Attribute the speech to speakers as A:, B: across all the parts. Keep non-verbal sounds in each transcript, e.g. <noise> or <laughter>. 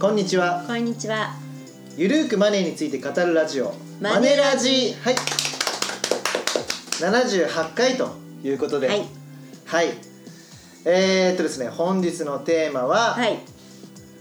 A: こんにちは
B: こんにちは。
A: ゆるーくマネーについて語るラジオ
B: マネラジ
A: はい78回ということで
B: は、
A: はいえー、っとですね本日のテーマは、
B: はい。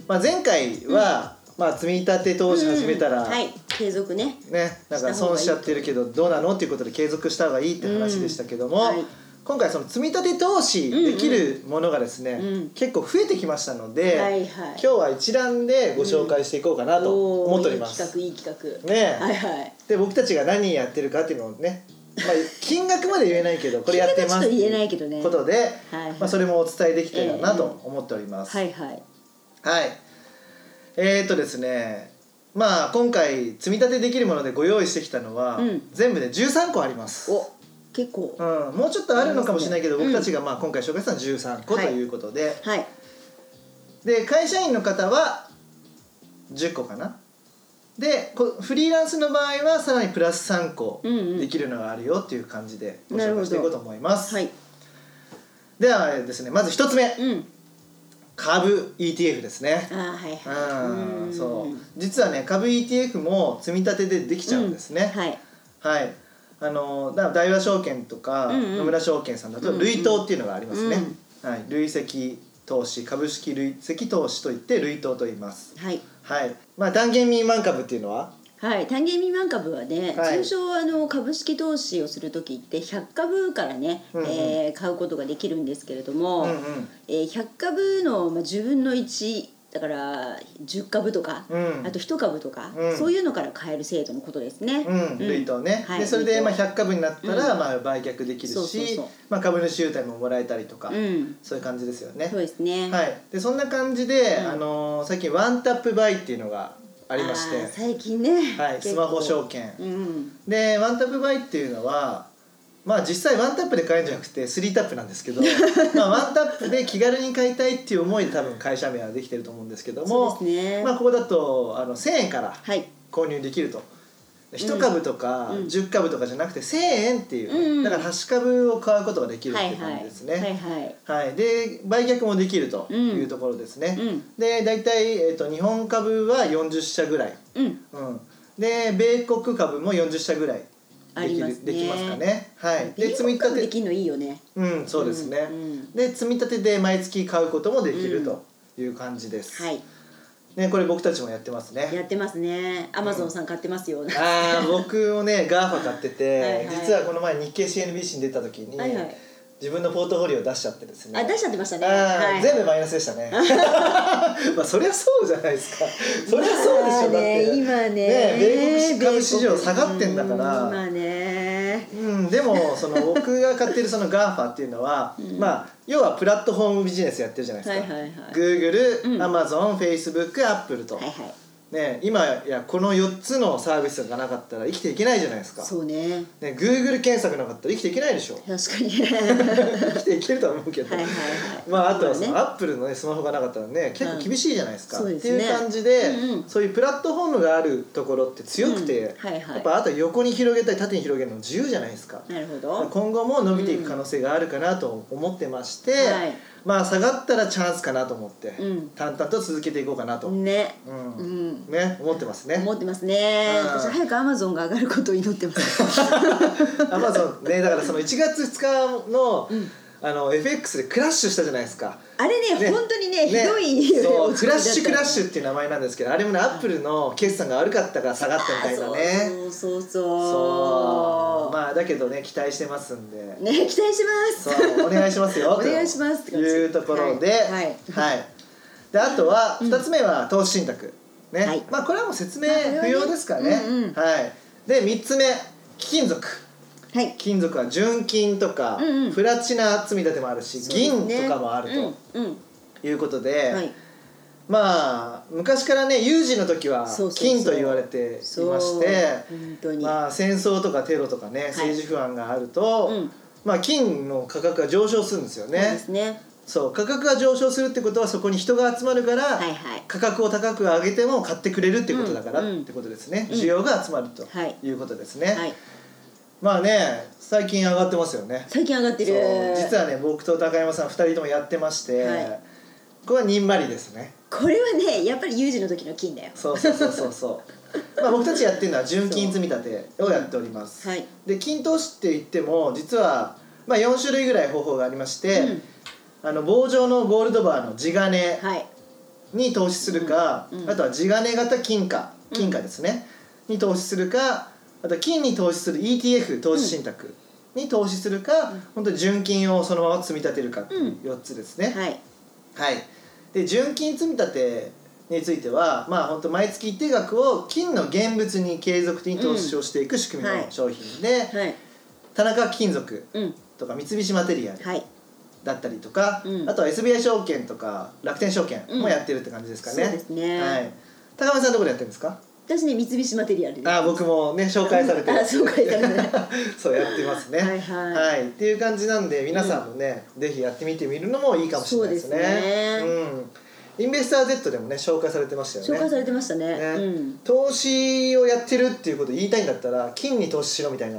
A: まあ、前回は、まあ、積み立て投資始めたら、
B: うんはい。継続ね。
A: ね、なんか損しちゃってるけどどうなのっていうことで継続した方がいいって話でしたけども、
B: うんはい
A: 今回その積み立て投資できるものがですね、
B: うん
A: 結構増えてきましたので、
B: はいはい
A: 今日は一覧でご紹介していこうかなと思っております。
B: おーいい企画いい企画。
A: ねえ
B: はいはい。
A: で僕たちが何やってるかっていうのをね、まあ、金額まで言えないけ
B: <laughs>
A: どこれやってます
B: 金額ちょっと言えないけどね
A: ことで、
B: はいはい
A: まあ、それもお伝えできたらなと思っております。
B: はいはい。
A: はい。えー、とですね、まあ今回積み立てできるものでご用意してきたのは、
B: うん
A: 全部で13個あります。
B: お、結構。
A: うん、もうちょっとあるのかもしれないけど、
B: うん
A: 僕たちがまあ今回紹介したのは13個と
B: はい
A: いうことで、
B: はい。
A: で会社員の方は10個かな。でこフリーランスの場合はさらにプラス3個
B: うんうん
A: できるのがあるよっていう感じでご
B: なる
A: 紹
B: ほ
A: 介
B: ど
A: していこうと思います、
B: はい。
A: ではですねまず1つ目
B: うん。
A: 株 ETF ですね
B: あーはいはい。
A: うん
B: ん
A: そう実はね株 ETF も積み立てでできちゃうんですね、
B: はい。
A: はい、あのだから大和証券とか
B: うんうん
A: 野村証券さんだと
B: うんうん
A: 類投っていうのがありますね、はい、累積投資株式累積投資といって類投と言います
B: はい。
A: はいまあ断言未満株っていうのは
B: はい、単元未満株はね、
A: はい
B: 通常あの株式投資をする時って100株からね、
A: うんうん
B: えー買うことができるんですけれども、
A: うんうん
B: えー100株の、まあ、10分の1だから10株とか、
A: うん
B: あと1株とか、
A: うん
B: そういうのから買える制度のことですね。
A: うん、類投ね、
B: はい
A: でそれで
B: 類
A: まあ
B: 投
A: 100株になったらまあ売却できる
B: そうそう
A: し
B: そう
A: まあ株主優待ももらえたりとか、
B: うん、
A: そういう感じですよね
B: そうですね。
A: はい、でそんな感じで、
B: うん
A: あのー最近ワンタップバイっていうのがありまし
B: あー
A: て、
B: 最近ね、
A: はい、ス
B: 結構
A: マホ証券、
B: うん、
A: でワンタップバイっていうのはまあ実際ワンタップで買えるんじゃなくてスリータップなんですけ
B: <laughs>
A: どまあワンタップで気軽に買いたいっていう思いで多分会社名はできてると思うんですけども、
B: そうですね
A: まあ、ここだとあの1000円から
B: はい、
A: 購入できると。1株とか
B: うん
A: 10株とかじゃなくて1000円っていう、
B: うん
A: だから8株を買うことができるっ
B: は
A: てい
B: いう
A: 感
B: は
A: じ
B: い、
A: ですね。
B: はいはい、
A: はい、で売却もできるというところですね、
B: うん
A: で大体、えー、と日本株は40社ぐらい、
B: うん、
A: うん、で米国株も40社ぐらい
B: あ
A: でき
B: ります
A: る
B: ね
A: できますかねはいで
B: 米
A: 積み
B: 国株で
A: 立て
B: きるのいいよね。
A: うんそうですね、
B: うんうん
A: で積み立てで毎月買うこともできる
B: うん
A: という感じです、
B: はい、
A: ねこれ僕たちもやってますね
B: やってますね。アマゾンさん買ってますよ。
A: ああ僕もね GAFA 買ってて
B: はいはい
A: 実はこの前日経 CNBC に出た時に、
B: はいはい
A: 自分のポートフォリオを出しちゃってですね
B: あ、出しちゃってましたね。
A: あー
B: はい、
A: 全部マイナスでした
B: <laughs>
A: ね。まあそりゃそうじゃないですか。そりゃそうでしょ、
B: ま
A: だ
B: あ
A: っ
B: ね
A: て。
B: 今ね
A: 米国株市場下がってんだから。
B: う
A: うん
B: 今ね
A: ん、でもその僕が買ってるその GAFA っていうのは、まあ要はプラットフォームビジネスやってるじゃないですか、
B: はいはいはい
A: Google、
B: うん
A: Amazon、Facebook、Apple と、
B: はいはい
A: ね、今やこの4つのサービスがなかったら生きていけないじゃないですか、
B: そうね
A: ね、Google 検索なかったら生きていけないで
B: <laughs>
A: しょ
B: 確かに
A: <laughs>
B: は
A: 生きていけるとは思うけ
B: い
A: ど、
B: はいはい
A: まあ、あとはその
B: ま
A: ア
B: あ
A: ップルの、ね、スマホがなかったらね結構厳しいじゃないですか、
B: うんそう
A: っ
B: で
A: て
B: すね
A: いう感じで、
B: うんうん
A: そういうプラットフォームがあるところって強くて、
B: うんはいは
A: や
B: い
A: っぱあとは横に広げたり縦に広げるの自由じゃないですか。
B: なるほど
A: 今後も伸びていく可能性があるかなと思ってまして、
B: うんはい
A: まあ下がったらチャンスかなと思って、
B: うん
A: 淡々と続けていこうかなと、
B: ね
A: うん
B: うん
A: ね思ってますね
B: 思ってますね
A: うん
B: 私早くアマゾンが上がることを祈ってます
A: <laughs> アマゾンねだからその1月2日の,、あの FX でクラッシュしたじゃないですか、
B: あれね本当にねひどい
A: そう
B: 落
A: ク
B: ち込み
A: ラ
B: だ
A: ッ
B: った
A: シュクラッシュっていう名前なんですけどあれもねアップルの決算が悪かったから下がったみたいな
B: あ
A: ね
B: そうそうそ
A: そ
B: う
A: う
B: そう
A: まあだけどね期待してますんで
B: ね期待します
A: そうお願いしますよ
B: <laughs> お願いしますって
A: と
B: 感じ
A: いうところで
B: はいはい
A: はいであとは2つ目は投資信託
B: は
A: ね
B: い
A: まあこれはもう説明
B: まあこれは
A: 不
B: ね
A: 要ですからね
B: うんうん
A: はいで3つ目貴金属
B: はい
A: 金属は純金とか
B: うんうん
A: プラチナ積み立てもあるし銀とかもあると
B: とうん
A: いうことで、
B: うんはい
A: まあ昔からね有事の時は
B: そうそうそう
A: 金と言われていまして
B: そう本当に
A: まあ、戦争とかテロとかね政治不安があると、
B: うん
A: まあ、金の価格が上昇するんですよ
B: そうで
A: ね
B: す。ね
A: そう価格が上昇するってことはそこに人が集まるから、
B: はいはい
A: 価格を高く上げても買ってくれるってことだから
B: うんうん
A: ってことですね、
B: うん
A: 需要が集まると
B: はい
A: いうことですね、
B: はい
A: まあね最近上がってますよね
B: 最近上がってる
A: そう実はね僕と高山さん2人ともやってまして、
B: はい
A: これはにんまりですね
B: これはねやっぱり有事の時の金だよ
A: そうそうそうそう
B: <laughs>
A: そうまあ僕たちやってるのは純金積み立てをやっております、
B: はい
A: で金投資って言っても実は、まあ、4種類ぐらい方法がありまして、
B: うん
A: あの棒状のゴールドバーの地金
B: はい
A: に投資するか、
B: うんうん
A: あとは地金型金貨金貨ですね、に投資するかあとは金に投資する ETF 投資信託に投資するか、本当に純金をそのまま積み立てるかっていう4つですね、
B: はい
A: はい、で純金積み立てについては、まあ、本当毎月一定額を金の現物に継続的に投資をしていく仕組み
B: うんは
A: の
B: い
A: 商品で、
B: はい
A: 田中金属
B: うん
A: とか三菱マテリアル
B: はい
A: だったりとか、
B: うん
A: あとは SBI 証券とか楽天証券もやってるって感じですかね。
B: うんそうですね
A: はい、高山さんどこでやってるんですか
B: 私ね三菱マテリアルで
A: あ僕もね紹介されて
B: あ紹介されて
A: <laughs> そうやってますね
B: はいはい
A: っていう感じなんで皆さんもね、ぜひやってみてみるのもいいかもしれないですね
B: そうです
A: う
B: ね
A: ん、インベスター Z でもね紹介されてましたよね
B: 紹介されてましたね
A: ね
B: うん
A: 投資をやってるっていうことを言いたいんだったら金に投資しろみたいな、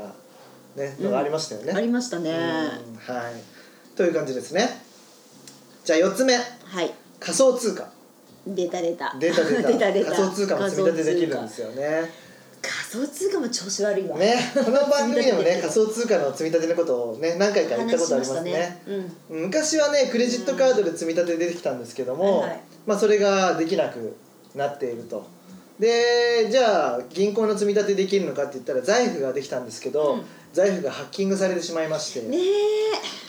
A: ね、のがありましたよね、
B: ありましたね
A: うんはいという感じですねじゃあ4つ目
B: はい
A: 仮想通貨
B: 出た出た
A: データデー
B: <laughs>
A: タ
B: 出た出た
A: 仮想通貨も積み立てできるんです
B: よ
A: よね
B: 仮想通貨も調子悪いわ
A: ね、この番組でもね
B: 積み立てできる
A: 仮想通貨の積み立てのことをね何回か言ったことありますね
B: 話しましたね
A: 昔はねクレジットカードで積み立て出てきたんですけども、
B: うんはいはい
A: まあ、それができなくなっているとでじゃあ銀行の積み立てできるのかって言ったら財布ができたんですけど、
B: うん
A: 財布がハッキングされてしまいまして、
B: ね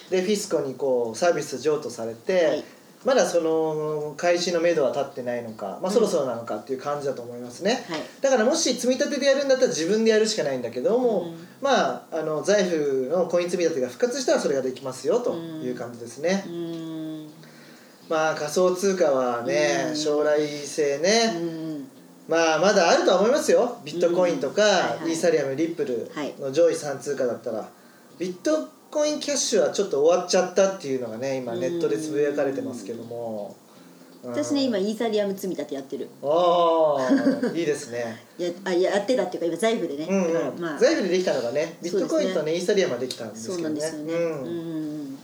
A: でフィスコにこうサービス譲渡されて、
B: はい
A: まだその開始のめどは立ってないのか、まあ、そろそろなのかっていう感じだと思いますね、
B: はい
A: だからもし積み立てでやるんだったら自分でやるしかないんだけども、
B: うん
A: まああの財布のコイン積み立てが復活したらそれができますよという感じですね
B: え、うーん
A: まあ仮想通貨はね、
B: うん
A: 将来性
B: う
A: ね、
B: ん
A: まあまだあるとは思いますよビットコインとか、
B: うんはいはい
A: イーサリアムリップルの上位3通貨だったら、ビットコインキャッシュはちょっと終わっちゃったっていうのがね今ネットでつぶやかれてますけども、うん
B: 私ね今イーサリアム積み立てやってる
A: ああ
B: <laughs>
A: いいですね
B: やあやってたっていうか今財布でね
A: うん、
B: だから
A: うん
B: まあ
A: 財布でできたのがねビットコイン
B: そ
A: と
B: う
A: ねイーサリアムはできたんです
B: そう
A: け
B: な
A: ど
B: ん
A: ね
B: ですよね
A: うん
B: うん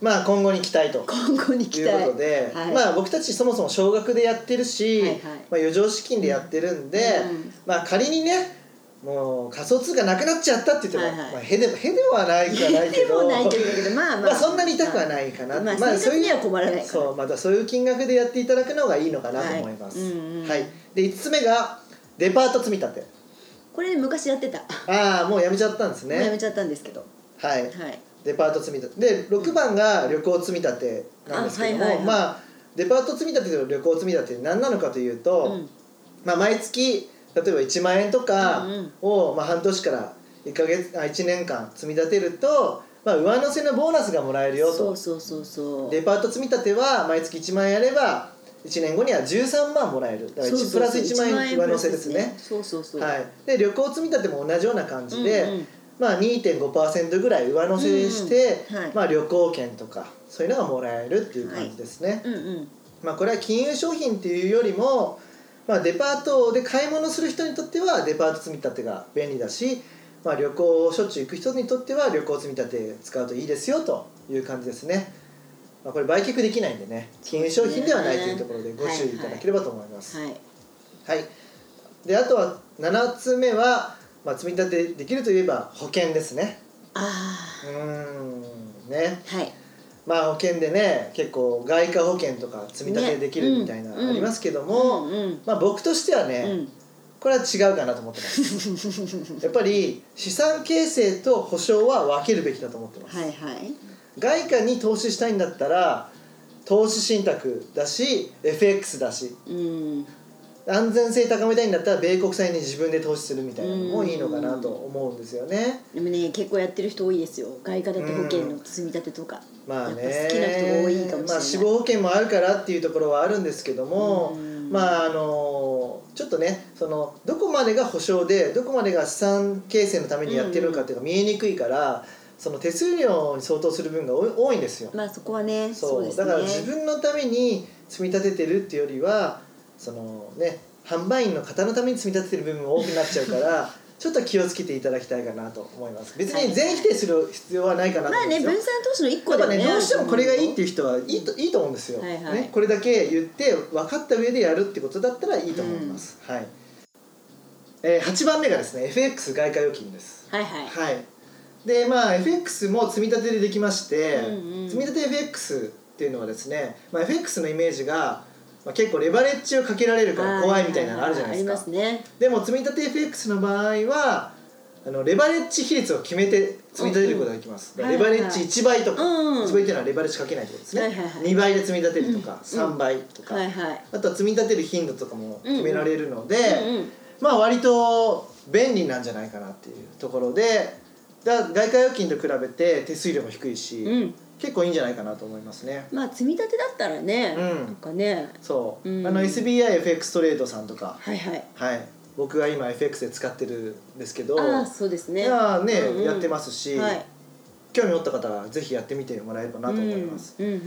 A: まあ今後に期待と
B: 今後に
A: と
B: 期
A: いう
B: 待
A: ことで、
B: はい
A: まあ僕たちそもそも少額でやってるし、
B: はいはい
A: まあ、余剰資金でやってるんで、
B: うん
A: まあ仮にねもう仮想通貨なくなっちゃったって言っても、
B: はいはい
A: まあ、へでもへではないかないけ
B: で
A: ど
B: もないけどだけどまあ
A: まあ
B: まあ
A: そんなに痛くはないかな、
B: まあ生活には困らないから
A: そうまたそういう金額でやっていただくのがいいのかなと思います、
B: はいうんうん
A: はいで5つ目がデパート積み立て
B: これね昔やってた
A: ああもうやめちゃったんです
B: もうやめ
A: ね
B: ちゃったんですけど
A: はい
B: はい
A: デパート積み立てで6番が旅行積み立てなんですけども、
B: あはいはいはい
A: まあデパート積み立てと旅行積み立て何なのかというと、
B: うん
A: まあ、毎月例えば1万円とか
B: うんうん
A: を、まあ、半年から1か月あ1年間積み立てると、まあ、上乗せのボーナスがもらえるよ
B: そ
A: と
B: うそうそうそう
A: デパート積み立ては毎月1万円やれば1年後には13万もらえるだから
B: そうそ
A: 1
B: うそ
A: プ
B: う
A: ラス1万円上乗せです
B: 一万円プラス
A: ね
B: そうそうそう
A: はい、で旅行積み立ても同じような感じで、
B: うんうん
A: まあ、2.5%ぐらい上乗せして、
B: うんうんはい
A: まあ、旅行券とかそういうのがもらえるっていう感じですね、
B: うんうん
A: まあ、これは金融商品っていうよりも、まあ、デパートで買い物する人にとってはデパート積み立てが便利だし、まあ、旅行をしょっちゅう行く人にとっては旅行積み立て使うといいですよという感じですね、まあ、これ売却できないんでね金融商品ではないというところでご注意いただければと思います、
B: はい
A: はい、であとは7つ目は、まあ、積み立てできるといえば保険ですね
B: あ
A: うーんね
B: あはい <laughs>
A: まあ保険でね結構外貨保険とか積み立てできる
B: ね
A: みたいな
B: うん
A: ありますけども、
B: うんうん
A: まあ、僕としてはね、
B: うん
A: これは違うかなと思ってますやっぱり資産形成と保証は分けるべきだと思ってます、
B: はいはい
A: 外貨に投資したいんだったら投資信託だし FX だし
B: うん
A: 安全性高めたいんだったら米国債に自分で投資するみたいなのもいいのかなと思うんですよね。
B: でもね結構やってる人多いですよ外貨建て保険の積み立てとか
A: まあね、
B: やっぱ好きな人多いかも
A: まあ、
B: し
A: 死
B: れない
A: 亡保険もあるからっていうところはあるんですけども、
B: うん
A: まああのちょっとねそのどこまでが保証でどこまでが資産形成のためにやってるのかっていうのが見えにくいから、その手数料に相当する分が多い多いんですよ。
B: まあそこはね
A: そ
B: そううです
A: だ
B: ね
A: から自分のために積み立ててるっていうよりはそのね販売員の方のために積み立ててる部分も多くなっちゃうからちょっと気をつけていただきたいかなと思います別に全否定する必要はないかなと思
B: まあ
A: うんで
B: ね
A: すよ、
B: 分散投資の一個
A: やっ
B: で
A: ぱ
B: もね
A: ねどうしてもこれがいいっていう人はいいといいと思うんですよ、
B: はいはい
A: ね、これだけ言って分かった上でやるってことだったらいいと思います、はい、えー、8番目がですね FX 外貨預金です
B: はいはい
A: はいでまあ FX も積み立てでできまして、
B: うんうん
A: 積み立て FX っていうのはですね、まあ、FX のイメージが、まあ、結構レバレッジをかけられるから怖いみたいなのあるじゃないですか、
B: ありますね
A: でも積み立て FX の場合はあのレバレッジ比率を決めて積み立てることができます、
B: うんうん
A: レバレッジ1倍とか、
B: うん
A: 1倍っていうのはレバレッジかけないってことですね、
B: はいはいはい
A: 2倍で積み立てるとか、
B: うん
A: 3倍とか、
B: はいはい
A: あとは積み立てる頻度とかも決められるので、
B: うんうん
A: まあ割と便利なんじゃないかなっていうところでだ外貨預金と比べて手数料も低いし、
B: うん
A: 結構いいんじゃないかなと思いますね。
B: まあ積み立てだったらね、
A: うん
B: なんかね
A: そう、
B: うん
A: あの SBIFX トレードさんとか、
B: はいはい
A: はい、僕が今 FX で使ってるんですけど
B: ああそうですね
A: いやーね、
B: うんうん
A: やってますし、
B: はい
A: 興味持った方はぜひやってみてもらえればなと思います、
B: うんうんうん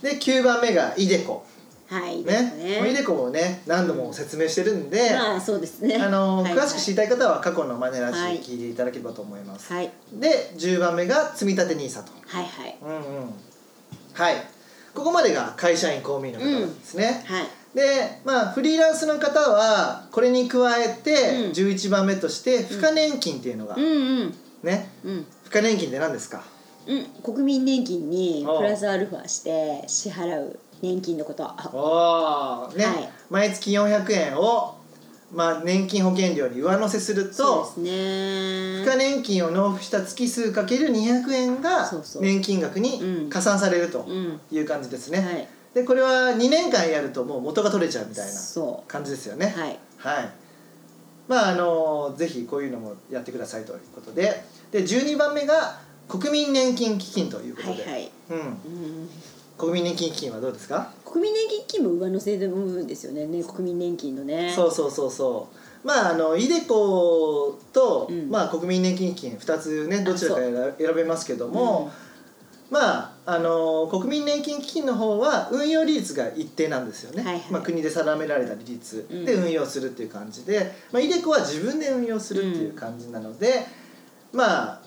A: で9番目がイデコ
B: はいで
A: ね
B: す
A: もうイデコもね何度も説明してるんで、
B: まあそうですね
A: あの
B: はい
A: 詳しく知りたい方は過去のマネラジ聞いていただければと思います、
B: はい
A: で10番目が積立 NISA と
B: はいはい
A: うんうんはいここまでが会社員公務員の方なんですね、
B: はい
A: でまあフリーランスの方はこれに加え
B: う
A: て
B: ん
A: 11番目として付加年金っていうのが、
B: うんうん
A: ね
B: うん
A: 付加年金って何ですか
B: うん国民年金に
A: ああ
B: プラスアルファして支払う年金のことあ
A: おーね、
B: はい
A: 毎月400円を、まあ、年金保険料に上乗せすると
B: そうで
A: 付
B: すね
A: 加年金を納付した月数かける200円が
B: そうそう
A: 年金額
B: う
A: に
B: ん
A: 加算されると
B: うん
A: いう感じですね、
B: はい
A: でこれは2年間やるともう元が取れちゃうみたいな
B: そ
A: 感じですよ
B: う
A: ね
B: はい
A: はい、まああのぜひこういうのもやってくださいということでで12番目が国民年金基金というこ
B: は
A: とで、
B: いはい
A: うん、
B: うん
A: 国民年金基金はどうですか
B: 国民年金金も上乗せでもんですよねね国民年金のね
A: そうそうそうそうまああのイデコと、
B: うん
A: まあ、国民年金基金2つねどちらか
B: あそ
A: 選べ選べますけども、まああの国民年金基金の方は運用利率が一定なんですよね、
B: はいはい
A: まあ、国で定められた利率
B: うん
A: で運用するっていう感じで、まあ、イデコは自分で運用するっていう感じなので、まあ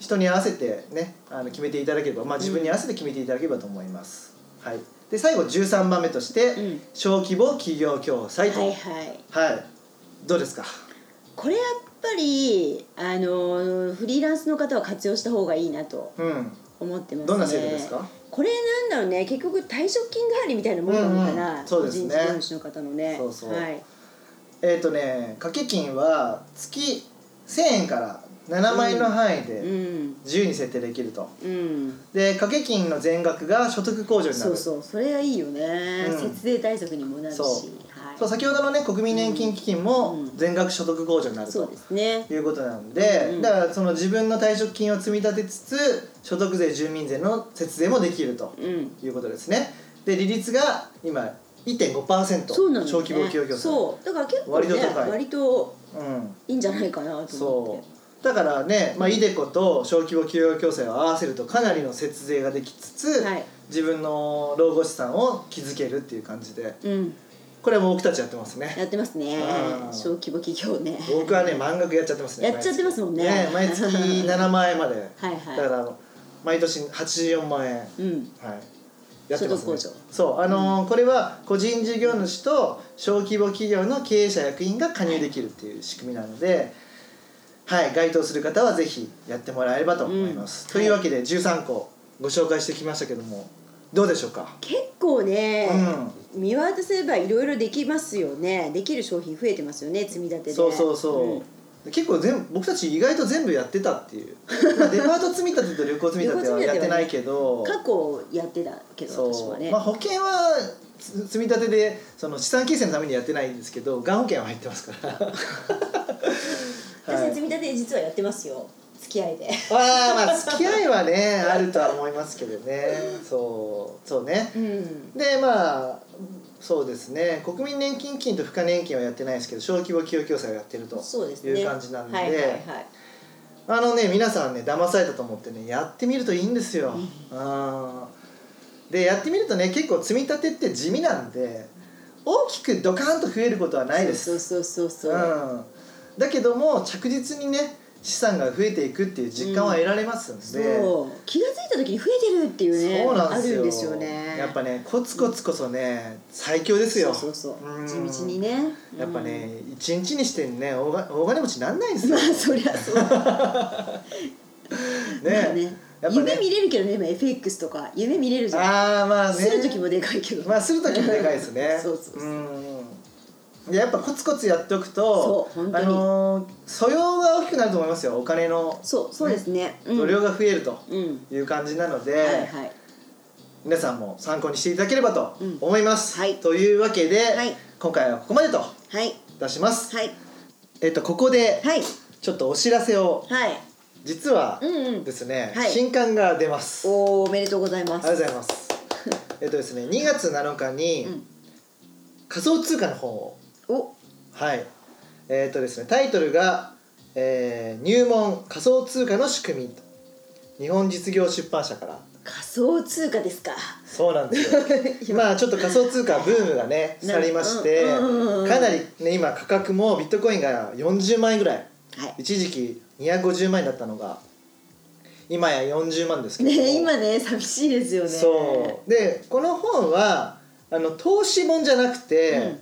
A: 人に合わせてねあの決めていただければ、まあ、自分に合わせて決めていただければと思います。はい、で最後13番目として、
B: うん
A: 小規模企業共済と、
B: はいはい
A: はい。どうですか。
B: これやっぱりあのフリーランスの方は活用した方がいいなと
A: うん。
B: 思ってますね
A: どんな制度ですか。
B: これなんだろうね結局退職金代わりみたいなものなのかな、
A: うんうんそうですね
B: 個人事業主の方のね
A: そうそう
B: はい、
A: えっ、とね、掛け金は月1000円から7万円の範囲
B: う
A: で
B: ん
A: 自由に設定できると。
B: うん
A: で、掛け金の全額が所得控除にな
B: そう
A: る。
B: そうそれがいいよね、
A: うん
B: 節税対策にもなるし
A: そう
B: はい、
A: そう先ほどのね国民年金基金も
B: うん
A: 全額所得控除になる
B: そう
A: と
B: ですね
A: いうことなんで、
B: うん
A: だからその自分の退職金を積み立てつつ所得税住民税の節税もできると
B: うん
A: いうことですねで利率が今1.5%
B: そうなんです
A: 小
B: ね
A: 規模企業業者
B: そうだから結構ね
A: 割と高い
B: 割と
A: うん
B: いいんじゃないかなと思って
A: そうだからね、まあ、イデコと小規模企業共済を合わせるとかなりの節税ができつつ、
B: はい
A: 自分の老後資産を築けるっていう感じで
B: うん
A: これはもう僕たちやってますね
B: やってますね
A: うん
B: 小規模企業ね
A: 僕はね満額やっちゃってますね
B: やっちゃってますもんね
A: 毎月7万円まで
B: はいはい
A: だから毎年84万円、はい、
B: うん
A: やってます、
B: 所
A: ね、
B: 得控除
A: そうあのーこれは個人事業主と小規模企業の経営者役員が加入できるっていう仕組みなので、はい、該当する方はぜひやってもらえればと思います、
B: うん
A: というわけで13個ご紹介してきましたけどもどうでしょうか
B: 結構ね、見渡せばいろいろできますよねできる商品増えてますよね積み立てで
A: そうそうそう、結構全部僕たち意外と全部やってたっていう、まあデパート積み立てと旅行積み立てはやってないけど
B: うん <laughs> 過去やってたけど私
A: そ
B: は
A: う、
B: ね、
A: まあ、保険はつ積み立てでその資産形成のためにやってないんですけどがん保険は入ってますからは
B: <laughs> 私
A: い
B: 積み立て実はやってますよ付き合いで
A: あーまあ付き合いはねあるとは思いますけどねそうそうね
B: うん
A: でまあそうですね国民年金金と付加年金はやってないですけど小規模企業共済をやってると
B: そうですね
A: いう感じなんで、
B: はいはいはい
A: あのね皆さんね騙されたと思ってねやってみるといいんですよ。あーでやってみるとね結構積み立てって地味なんで大きくドカンと増えることはないです。
B: そうそうそうそう
A: うんだけども着実にね資産が増えていくっていう実感は得られますんで、
B: そう気が付いた時に増えてるっていうね
A: そうなんです
B: ある
A: よ
B: んですよね
A: やっぱねコツコツこそね最強ですよ
B: そうそうそう
A: うん
B: 地道にね
A: やっぱね、一日にしてね大が大金持ちなんないんです
B: うんま
A: よ、
B: あそりゃそうだ
A: ね
B: ね
A: やっぱね
B: 夢見れるけどね今 FX とか夢見れるじゃん
A: ああまあね
B: する時もでかいけど、
A: まあする時もでかいですね
B: <laughs> そうそうそうん
A: でやっぱコツコツやっておくと
B: そう本当
A: あ
B: に
A: のー素養が大きくなると思いますよお金の
B: そうそうですねうん
A: 素量が増えると
B: うん
A: いう感じなので、
B: はいはい
A: 皆さんも参考にしていただければと
B: うん
A: 思います、
B: はい
A: というわけで、
B: はい
A: 今回はここまでと
B: はい
A: いたします、
B: はい
A: えっとここで
B: はい
A: ちょっとお知らせを
B: はい
A: 実は
B: うんうん
A: ですね、
B: はい
A: 新刊が出ます
B: おーおめでとうございま
A: あり
B: す
A: がとうございます
B: <laughs>
A: えっとですね2月7日に、
B: うん
A: 仮想通貨の本を
B: お
A: はい。えっ、とですね、タイトルが、えー入門仮想通貨の仕組みと日本実業出版社から。
B: 仮想通貨ですか
A: そうなんですよ。 <laughs> 今ちょっと仮想通貨ブームがね、
B: <laughs> な
A: 去りまして、
B: うんうんうんうん
A: かなりね今価格もビットコインが40万円ぐらい、
B: はい
A: 一時期250万円だったのが、今や40万ですけども。
B: ね今ね寂しいですよね
A: そうでこの本はあの投資本じゃなくて、
B: うん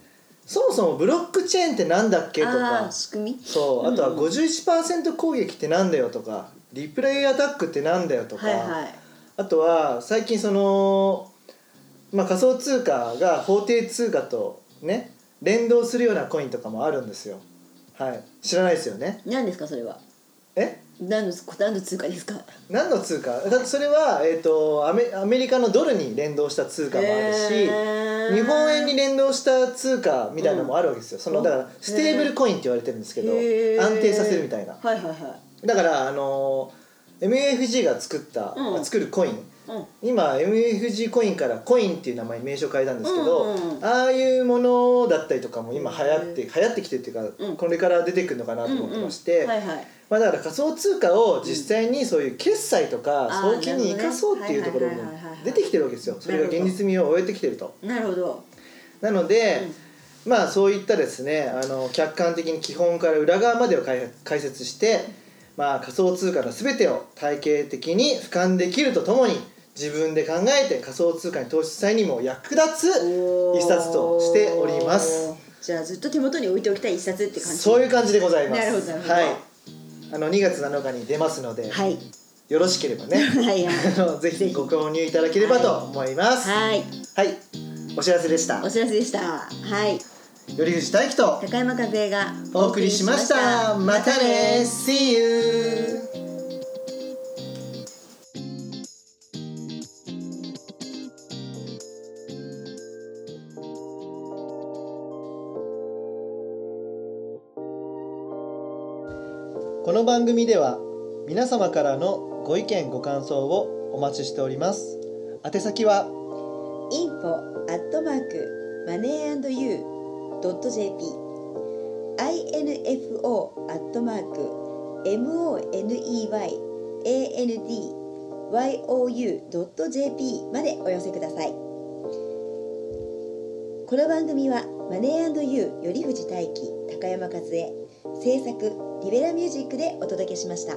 A: そもそもブロックチェーンってなんだっけと
B: あ
A: か
B: ー仕組み
A: そうあとは51%攻撃ってなんだよとかリプレイアタックってなんだよとか、
B: はいはい
A: あとは最近その、まあ、仮想通貨が法定通貨とね連動するようなコインとかもあるんですよはい知らないですよね
B: 何ですかそれは
A: え
B: 何の何の通貨ですか
A: 何の通貨だってそれは、えー、とアメアメリカのドルに連動した通貨もあるし、日本円に連動した通貨みたいなのもあるわけですよ、そのだからステーブルコインって言われてるんですけど
B: へー
A: 安定させるみたいな
B: はいはいは
A: だからあのー MFG が作った、
B: うん
A: 作るコイン
B: いうん
A: 今 MFG コインからコインっていう名前に名称変えたんですけど、
B: うんうんうん
A: ああいうものだったりとかも今流行って、流行ってきてるっていうか、
B: うん
A: これから出てくるのかなと思ってまして、
B: うんうんはいはい
A: まあ、だから仮想通貨を実際にそういう決済とか
B: あー
A: 送金に生かそうっていうところも
B: なるほどねはいはいはいは
A: 出
B: い
A: てきてるわけですよそれが現実味を終えてきてると。
B: なるほど
A: なので、まあそういったですねあの客観的に基本から裏側までを解解説して、まあ、仮想通貨の全てを体系的に俯瞰できるとともに自分で考えて仮想通貨に投資する際にも役立
B: お
A: つ
B: ー
A: 一冊としております。
B: じゃあずっと手元に置いておきたい一冊って感じ
A: そういう感じでございます。
B: なるほどなるほど
A: はい。あの2月7日に出ますので、
B: はい、
A: よろしければね
B: <laughs> はいはい
A: あのぜひご購入いただければと思います。はい、
B: はい
A: お知らせでした
B: お。知らせでしたはい
A: よりふじ大輝と
B: 高山和恵が
A: お送りしました。またね。See you.この番組では皆様からのご意見ご感想をお待ちしております。宛先は
B: info at mark moneyandyou.jp info at mark moneyandyou.jp までお寄せくださいこの番組はマネーユー頼藤大輝高山和恵制作リベラミュージックでお届けしました。